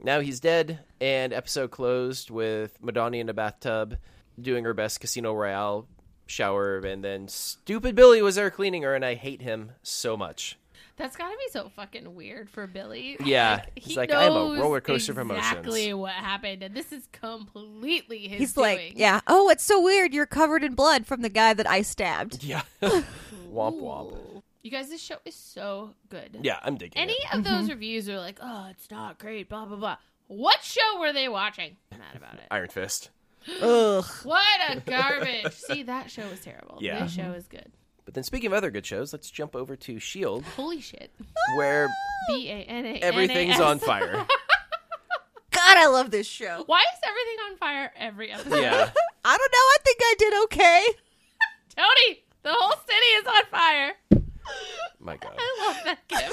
now he's dead. And episode closed with Madonna in a bathtub doing her best Casino Royale shower, and then stupid Billy was there cleaning her, and I hate him so much.
That's got to be so fucking weird for Billy.
Yeah.
Like,
He's
he
like,
knows
"I am a roller coaster of emotions."
Exactly what happened, and this is completely his.
He's like,
doing.
yeah. Oh, it's so weird. You're covered in blood from the guy that I stabbed.
Yeah, womp womp.
Ooh. You guys, this show is so good.
Yeah, I'm digging
Any
it.
of
Mm-hmm.
those reviews are like, oh, it's not great, blah blah blah. What show were they watching? I'm mad about it.
Iron Fist.
Ugh.
What a garbage. See, that show was terrible.
Yeah.
This show is good.
But then, speaking of other good shows, let's jump over to Shield,
Holy shit.
where
B A N A.
everything's on fire.
God, I love this show.
Why is everything on fire every episode?
Yeah,
I don't know. I think I did okay.
Tony, the whole city is on fire.
my god.
I love that game.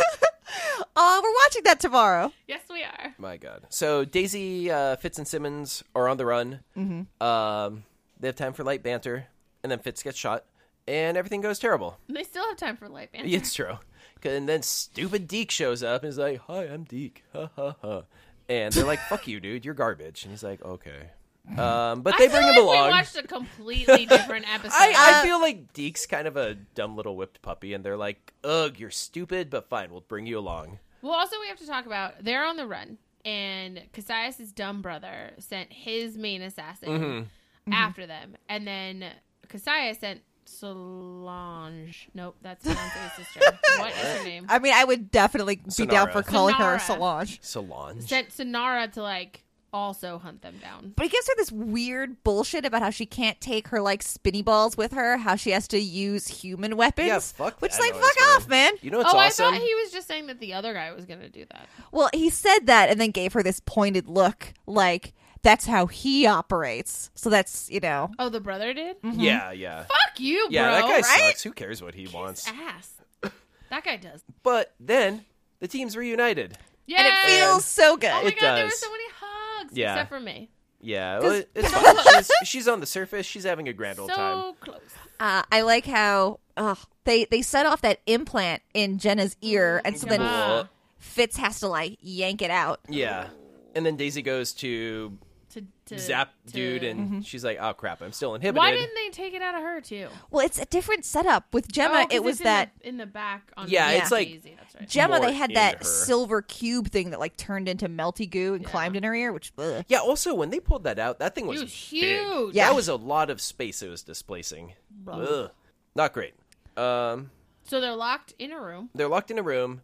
Uh, we're watching that tomorrow.
yes, we are.
My God. So Daisy, uh, Fitz, and Simmons are on the run. Mm-hmm. Um, they have time for light banter, and then Fitz gets shot, and everything goes terrible.
And They still have time for light banter.
It's true. 'Cause- And then stupid Deke shows up and is like, "Hi, I'm Deke." Ha ha ha. And they're like, "Fuck you, dude. You're garbage." And he's like, "Okay." Um, but
I
they
feel
bring him
like
along.
We watched Uh, a completely different episode.
I, I feel like Deke's kind of a dumb little whipped puppy, and they're like, "Ugh, you're stupid, but fine, we'll bring you along."
Well, also we have to talk about they're on the run, and Cassius' dumb brother sent his main assassin
Mm-hmm.
after them, and then Cassius sent Solange. Nope, that's Solange's sister. What is her name?
I mean, I would definitely be down
Sonara.
for calling her
Sonara.
Solange.
Solange.
Sent Sonara to like also hunt them down.
But he gives her this weird bullshit about how she can't take her like spinny balls with her, how she has to use human weapons.
yeah, fuck.
Which is
that
like,
noise,
fuck
man.
off, man.
You know what's
oh,
awesome?
I thought he was just saying that the other guy was going to do that.
Well, he said that and then gave her this pointed look, like that's how he operates. So that's you know,
Oh, the brother did.
Yeah, yeah.
Fuck you, bro.
Yeah, that guy
right?
sucks. Who cares what he wants?
Ass. That guy does.
But then The team's reunited.
Yeah.
and it feels so good.
Oh my
It
god, there were
does.
so many hugs.
Yeah.
Except for me.
Yeah,
'Cause-
well, it's fine. she's, she's on the surface. She's having a grand old
so
time.
close.
Uh, I like how ugh, they they set off that implant in Jenna's ear,
Oh,
and so then
Yeah.
Fitz has to like yank it out.
Yeah. And then Daisy goes to
To, to
zap
to- mm-hmm.
dude, and she's like, "Oh crap, I'm still inhibited."
Why didn't they take it out of her too?
Well, it's a different setup with
Oh,
Gemma.
'cause
it was
it's in
that
the- in the back on
Yeah,
the
it's like-
Daisy, that's right.
Gemma.
more
They had
in
that
her.
silver cube thing that like turned into melty goo and climbed in her ear, which ugh.
yeah. Also, when they pulled that out, that thing was,
It was
big.
huge.
Yeah.
That was a lot of space it was displacing. Ugh. Not great. Um,
So they're locked in a room.
they're locked in a room.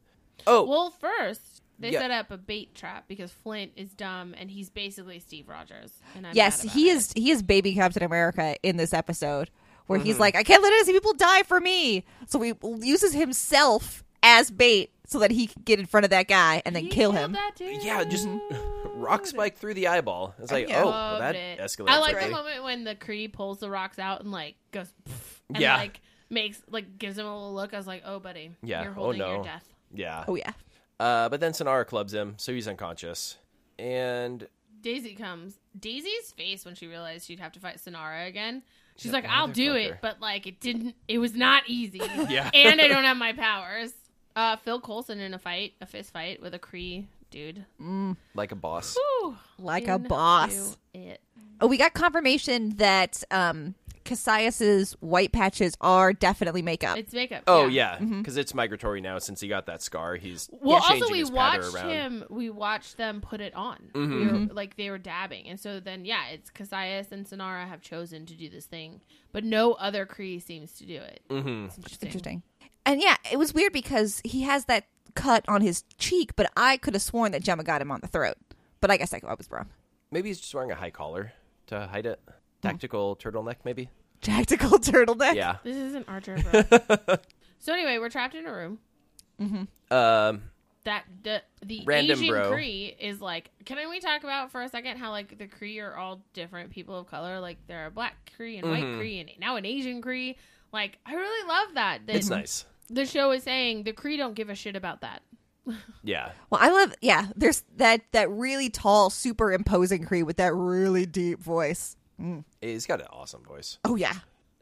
Oh,
Well, first they
Yeah.
set up a bait trap because Flint is dumb and he's basically Steve Rogers. And I'm
yes,
mad about
he
it.
is he is baby Captain America in this episode where
Mm-hmm.
he's like, I can't let innocent people die for me. So he uses himself as bait so that he can get in front of that guy and then
He
kill
killed
him.
that dude.
yeah, just rock spike through the eyeball. It's like,
Yeah.
oh, well, that
Loved it.
escalates.
I like the
quickly.
moment when the Cree pulls the rocks out and like goes "Pff," and
Yeah.
like makes like gives him a little look. I was like, oh buddy,
Yeah.
you're
Oh,
holding
no.
your death.
Yeah.
Oh yeah.
Uh, but then Sonara clubs him, so he's unconscious. And
Daisy comes. Daisy's face when she realized she'd have to fight Sonara again. She's like, I'll do it,
motherfucker.
but like it didn't. It was not easy.
Yeah.
and I don't have my powers. Uh, Phil Coulson in a fight, a fist fight with a Cree dude.
like a boss.
Whew.
Like a
Into
boss.
It.
Oh, we got confirmation that um Cassius's white patches are definitely makeup.
It's makeup.
Oh yeah, because it's migratory now since he got that scar. He's
Well,
changing
also we
his patter
watched
around. Mm-hmm.
him. We watched them put it on. We were,
Mm-hmm.
like they were dabbing, and so then yeah, it's Cassius and Sonara have chosen to do this thing, but no other Cree seems to do it. Mm-hmm. It's interesting.
Interesting. And yeah, it was weird because he has that cut on his cheek, but I could have sworn that Gemma got him on the throat. But I guess I, I was wrong.
Maybe he's just wearing a high collar to hide it. Tactical turtleneck, maybe.
Tactical turtleneck.
Yeah.
This isn't Archer. Bro. so anyway, we're trapped in a room.
Um.
That the the
Random
Asian
bro.
Cree is like. Can we talk about for a second how like the Cree are all different people of color? Like there are black Cree and
Mm-hmm.
white Cree and now an Asian Cree. Like I really love that. that
It's nice.
The show is saying the Cree don't give a shit about that.
Yeah.
Well, I love yeah, there's that that really tall, super imposing Cree with that really deep voice.
He's got an awesome voice.
Oh yeah.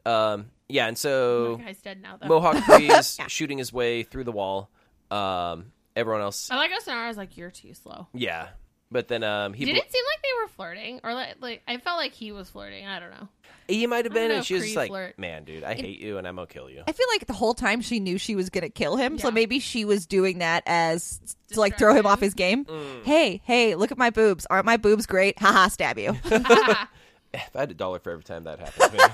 Um. Yeah. And so
Guy's dead now though.
Mohawk Cree is shooting his way through the wall. Um. Everyone else.
I like how Sonara's like, "You're too slow."
Yeah. But then um he
Did
bl-
it seem like they were flirting, or like, like I felt like he was flirting? I don't know.
he might have
I don't
been
know
and
if
she was
Cree
just like,
flirt.
man, dude, I hate you and I'm gonna kill you.
I feel like the whole time she knew she was gonna kill him, so
Yeah.
maybe she was doing that as to like throw him off his game. Hey, hey, look at my boobs. Aren't my boobs great? Haha, stab you.
If I had a dollar for every time that happened, to me.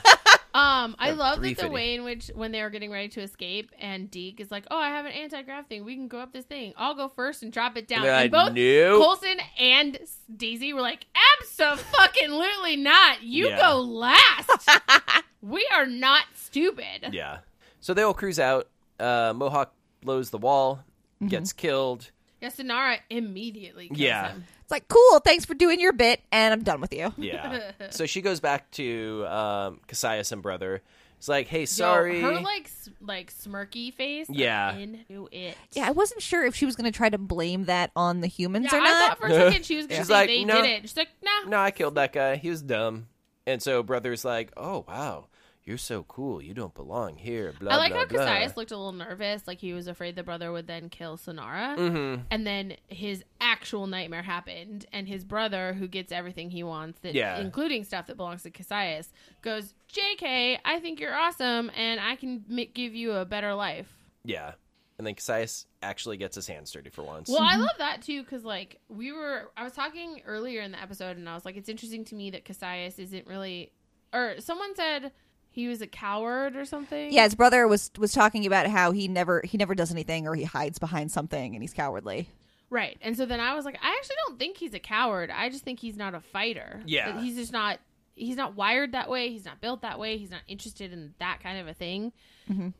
Um, I love that the
350.
way in which when they were getting ready to escape, and Deke is like, "Oh, I have an anti-grav thing. We can go up this thing. I'll go first and drop it down."
They're like,
And both
"Nope."
Colson and Daisy were like, "Absolutely not. You
Yeah.
go last. we are not stupid."
yeah. So they all cruise out. Uh, Mohawk blows the wall,
Mm-hmm.
gets killed.
Yeah. Sonara immediately kills
Yeah.
him.
It's like, cool, thanks for doing your bit, and I'm done with you.
Yeah. so she goes back to um, Cassius and brother. It's like, hey, sorry.
Yo, her like s- like smirky face. I'm
Yeah.
into it.
Yeah, I wasn't sure if she was going to try to blame that on the humans
Yeah,
or
I
not.
thought for a second she was gonna
She's
say
like,
they
"No."
did it. She's like, nah.
no, I killed that guy. He was dumb. And so brother's like, oh wow, you're so cool. You don't belong here. Blah
I like
blah
how
blah.
Cassius looked a little nervous, like he was afraid the brother would then kill Sonara.
Mm. Mm-hmm.
And then his actual nightmare happened, and his brother, who gets everything he wants, that,
Yeah.
including stuff that belongs to Cassius, goes, "JK, I think you're awesome, and I can m- give you a better life."
yeah. And then Cassius actually gets his hands dirty for once.
Well, I love that too because like we were, I was talking earlier in the episode, and I was like, it's interesting to me that Cassius isn't really, or someone said he was a coward or something.
yeah, his brother was was talking about how he never he never does anything or he hides behind something and he's cowardly.
right. And so then I was like, I actually don't think he's a coward. I just think he's not a fighter.
Yeah.
That he's just not. He's not wired that way. He's not built that way. He's not interested in that kind of a thing.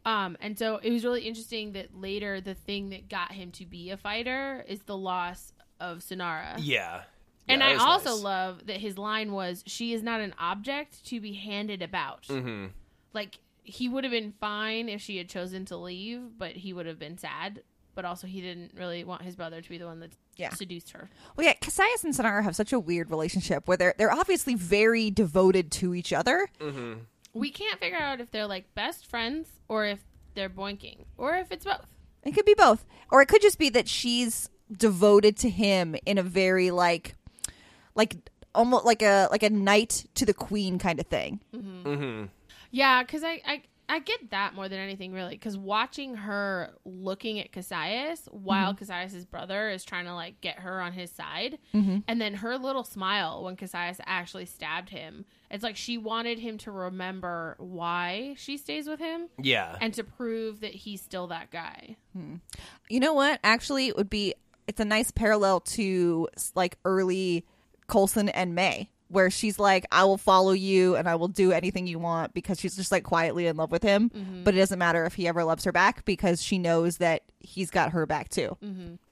Um, and so it was really interesting that later the thing that got him to be a fighter is the loss of Sonara.
yeah.
And
Yeah, that
I
was
also
nice.
love that his line was, "She is not an object to be handed about."
Mm-hmm.
Like he would have been fine if she had chosen to leave, but he would have been sad. but also he didn't really want his brother to be the one that
Yeah.
seduced her.
Well, yeah, Cassius and Sonara have such a weird relationship where they're they're obviously very devoted to each other.
We can't figure out if they're like best friends or if they're boinking or if it's both.
It could be both, or it could just be that she's devoted to him in a very like, like almost like a like a knight to the queen kind of thing.
Yeah, because I, I I get that more than anything really. Because watching her looking at Cassius while
Mm-hmm.
Cassius's brother is trying to like get her on his side,
Mm-hmm.
and then her little smile when Cassius actually stabbed him. It's like she wanted him to remember why she stays with him
Yeah.
and to prove that he's still that guy.
You know what? Actually, it would be it's a nice parallel to s- like early Colson and May, where she's like, "I will follow you and I will do anything you want," because she's just like quietly in love with him, but it doesn't matter if he ever loves her back because she knows that he's got her back too.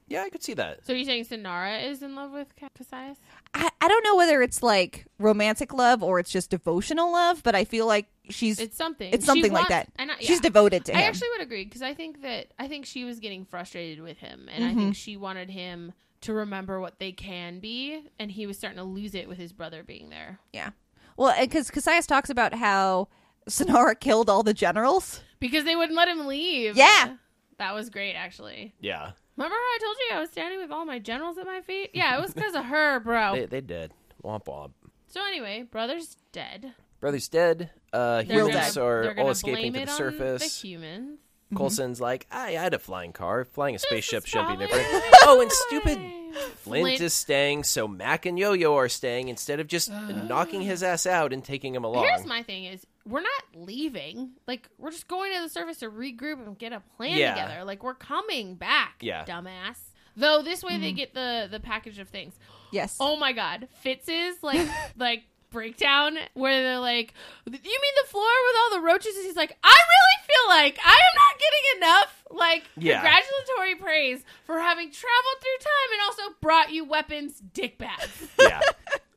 yeah, I could see that.
So you're saying Sonara is in love with Ca- Cassius?
I, I don't know whether it's like romantic love or it's just devotional love, but I feel like she's
It's something.
it's
She
something
wants-
like that.
and I-
She's
yeah.
devoted to him.
I actually would agree because I think that I think she was getting frustrated with him, and I
Mm-hmm.
think she wanted him to remember what they can be, and he was starting to lose it with his brother being there
yeah. Well, because Cassius talks about how Sonara killed all the generals.
because they wouldn't let him leave.
Yeah.
that was great actually.
Yeah.
Remember how I told you I was standing with all my generals at my feet? Yeah, it was because of her, bro.
They, they did. Womp womp.
so anyway, brother's dead.
Brother's dead. Uh,
They're
Real
humans
dead.
are
they're
all
gonna
escaping
blame
to the
it on
surface.
The humans.
Colson's like, I, I had a flying car. Flying a spaceship
is
should be
probably
different.
why.
oh, and stupid Flint,
Flint-
is staying, so Mac and Yo Yo are staying instead of just knocking his ass out and taking him along.
Uh. Here's my thing is we're not leaving. Like we're just going to the surface to regroup and get a plan
Yeah.
together. Like we're coming back,
Yeah.
dumbass. Though this way they get the the package of things.
Yes.
Oh my god, Fitz's like like breakdown where they're like, "You mean the floor with all the roaches?" And he's like, "I really feel like I am not getting enough like
Yeah.
congratulatory praise for having traveled through time and also brought you weapons, dickbags."
yeah.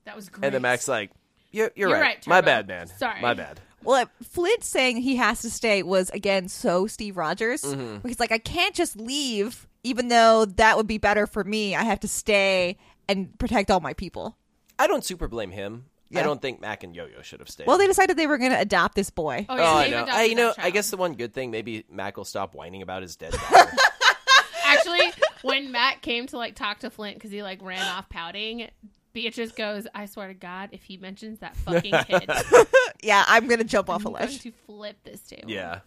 That was great.
And then Mac's like, You're, you're,
You're
right.
right,
my
Turbo.
bad, man.
Sorry.
My bad.
Well, uh, Flint saying he has to stay was again so Steve Rogers. Where he's like, I can't just leave, even though that would be better for me. I have to stay and protect all my people.
I don't super blame him. I
Yeah.
don't think Mac and Yo Yo should have stayed.
Well, they decided they were going to adopt this boy.
Oh,
Oh,
yeah,
I
they've
know.
adopted
I, you
that
know, I
child.
guess the one good thing, maybe Mac will stop whining about his dead daughter.
Actually, when Matt came to like talk to Flint because he like ran off pouting, Beatrice goes, "I swear to God, if he mentions that fucking kid,
Yeah, I'm going to jump off a
I'm going
ledge.
to flip this table."
yeah.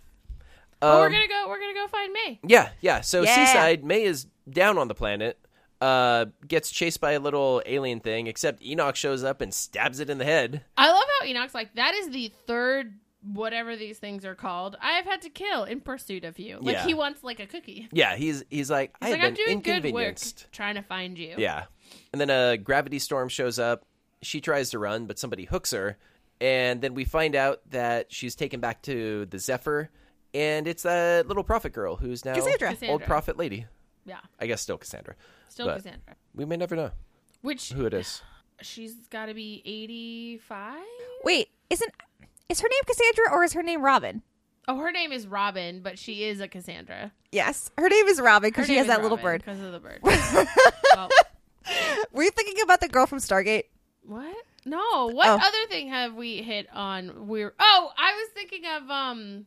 but we're
Um,
gonna go. We're gonna go find May.
Yeah, yeah. So
Yeah.
Seaside, May is down on the planet, uh, gets chased by a little alien thing, except Enoch shows up and stabs it in the head.
I love how Enoch's like, "That is the third whatever these things are called I have had to kill in pursuit of you." Like
Yeah.
he wants like a cookie.
Yeah, he's he's like, I
He's
have
like, "I'm
been
doing good work
inconvenienced.
trying to find you."
Yeah. And then a gravity storm shows up. She tries to run, but somebody hooks her. And then we find out that she's taken back to the Zephyr. And it's that little prophet girl who's now
Cassandra.
old
Cassandra.
prophet lady.
Yeah.
I guess still Cassandra.
Still
But
Cassandra,
We may never know
which
who it is.
she's got to be eighty-five.
Wait, isn't is her name Cassandra or is her name Robin?
Oh, her name is Robin, but she is a Cassandra.
Yes, her name is Robin
Her
because she
name
has
is
that little
Robin
bird.
'cause of the bird. Well,
Were you thinking about the girl from Stargate?
what? No. What
Oh.
other thing have we hit on? We're oh, I was thinking of um,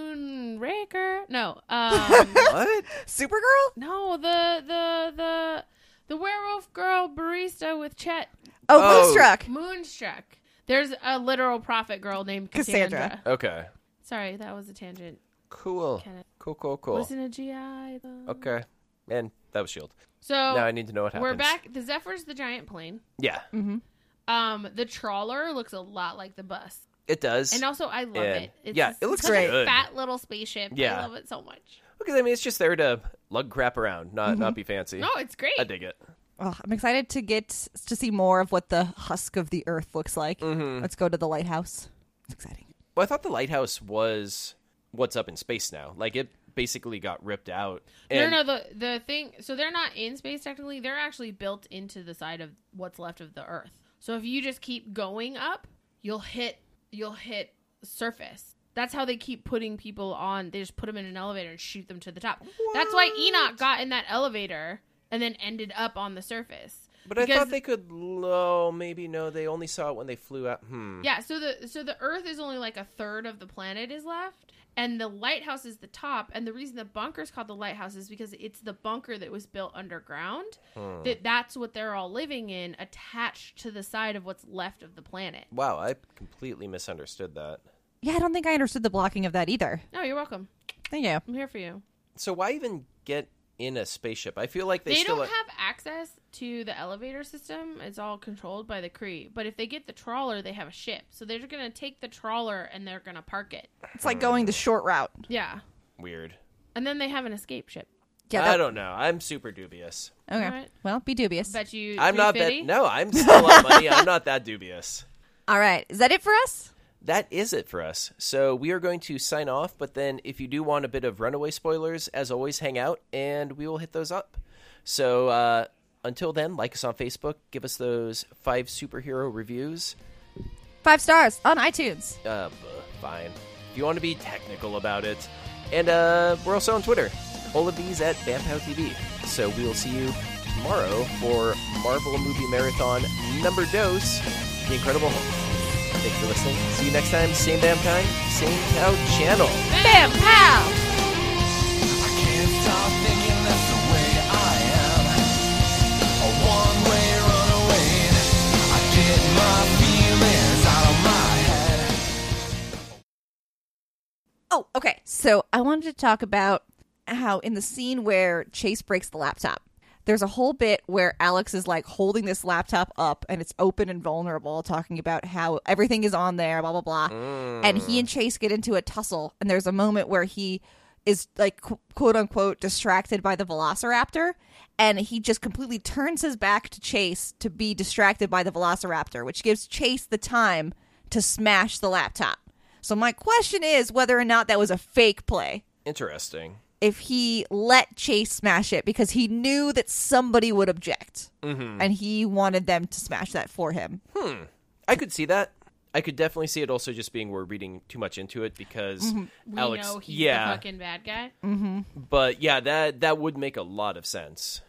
Moonraker. No, um,
What?
Supergirl?
no the the the the werewolf girl barista with Chet
Oh,
Oh.
Moonstruck.
Moonstruck. There's a literal prophet girl named Cassandra.
Cassandra.
Okay.
Sorry, that was a tangent.
Cool.
Can it-
Cool, cool, cool.
Listen to GI.
Oh,
though.
Okay. Man, that was S.H.I.E.L.D.
So
E now I need to know what happens.
Oh, we're back. Mm-hmm. The Zephyr's the giant plane.
Yeah,
Um, the trawler looks a lot like the bus.
it does.
And also, I love
And-
it. It's
yeah, it looks
such
great.
A fat little spaceship.
Yeah.
I love it so much.
Because, I mean, it's just there to lug crap around, not not be fancy.
Mm-hmm. No, it's great.
I dig it.
Oh, I'm excited to get to see more of what the husk of the earth looks like. Let's go to the lighthouse. It's exciting.
Well, I thought the lighthouse was what's up in space now. Like it basically got ripped out.
No,
And
no, the the thing. So they're not in space technically. They're actually built into the side of what's left of the Earth. So if you just keep going up, you'll hit you'll hit surface. That's how they keep putting people on. They just put them in an elevator and shoot them to the top. That's why Enoch got in that elevator and then ended up on the surface.
But I
Because-
thought they could low. Maybe no. They only saw it when they flew out. Hmm.
Yeah, so the so the Earth is only like a third of the planet is left, and the lighthouse is the top. And the reason the bunker is called the lighthouse is because it's the bunker that was built underground.
Hmm.
That that's what they're all living in, attached to the side of what's left of the planet.
Wow, I completely misunderstood that.
Yeah, I don't think I understood the blocking of that either.
Oh, you're welcome.
Thank you.
I'm here for you.
So why even get in a spaceship? I feel like they,
They,
still
don't have access to the elevator system. It's all controlled by the Cree. But if they get the trawler, they have a ship. So they're gonna take the trawler and they're gonna park it.
It's like going the short route.
Yeah,
weird.
and then they have an escape ship.
Yeah,
I
that-
don't know. I'm super dubious.
Okay.
Alright.
Well, be dubious.
Bet you.
I'm not that.
350?
No, I'm still on money. I'm not that dubious.
All right. Is that it for us?
That is it for us. So we are going to sign off. But then, if you do want a bit of runaway spoilers, as always, hang out and we will hit those up. So uh, until then, like us on Facebook. Give us those five superhero reviews.
Five stars on iTunes.
Uh, buh, fine. If you want to be technical about it, and uh, we're also on Twitter. All of these at Vampire TV. So we will see you tomorrow for Marvel Movie Marathon Number Dose: The Incredible Hulk. Thanks for listening. See you next time. Same bam time, same cow channel.
Bam, pow!
I can't stop thinking that's the way I am. A one-way runaway. I get my feelings out of my head.
Oh, okay. So I wanted to talk about how in the scene where Chase breaks the laptop, there's a whole bit where Alex is like holding this laptop up and it's open and vulnerable, talking about how everything is on there, blah, blah, blah. And he and Chase get into a tussle. And there's a moment where he is like qu- quote unquote distracted by the velociraptor. And he just completely turns his back to Chase to be distracted by the velociraptor, which gives Chase the time to smash the laptop. So my question is whether or not that was a fake play.
Interesting.
If he let Chase smash it because he knew that somebody would object, and he wanted them to smash that for him.
I could see that. I could definitely see it also just being we're reading too much into it because
Mm-hmm. We
Alex,
know he's
yeah,
the fucking bad guy.
but yeah, that that would make a lot of sense.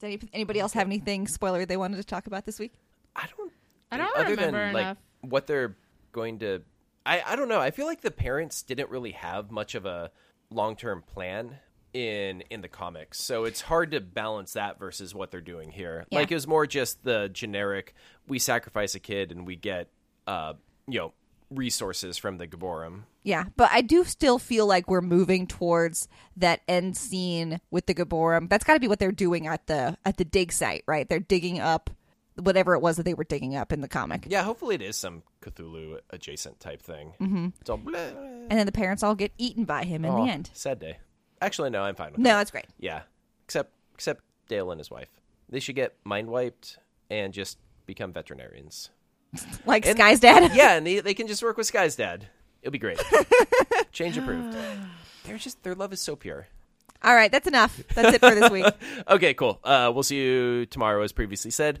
Did any, anybody else have anything spoiler they wanted to talk about this week?
I don't.
I don't
other than
remember
like
enough.
what they're going to. I I don't know. I feel like the parents didn't really have much of a long term plan in in the comics, so it's hard to balance that versus what they're doing here.
Yeah.
Like it was more just the generic: we sacrifice a kid and we get uh you know resources from the Gaborum.
Yeah, but I do still feel like we're moving towards that end scene with the Gaborum. That's got to be what they're doing at the at the dig site, right? They're digging up whatever it was that they were digging up in the comic,
Yeah, hopefully it is some Cthulhu adjacent type thing. It's all bleh, bleh.
and then the parents all get eaten by him in
Aw,
the end.
oh, Sad day. Actually, no, I'm fine with
No,
that.
that's great.
Yeah, except except Dale and his wife. They should get mind wiped and just become veterinarians.
Like
And-
Sky's dad.
yeah, and they, they can just work with Sky's dad. It'll be great. Change approved. They're just their love is so pure.
All right, that's enough. That's it for this week.
Okay, cool. Uh, we'll see you tomorrow, as previously said,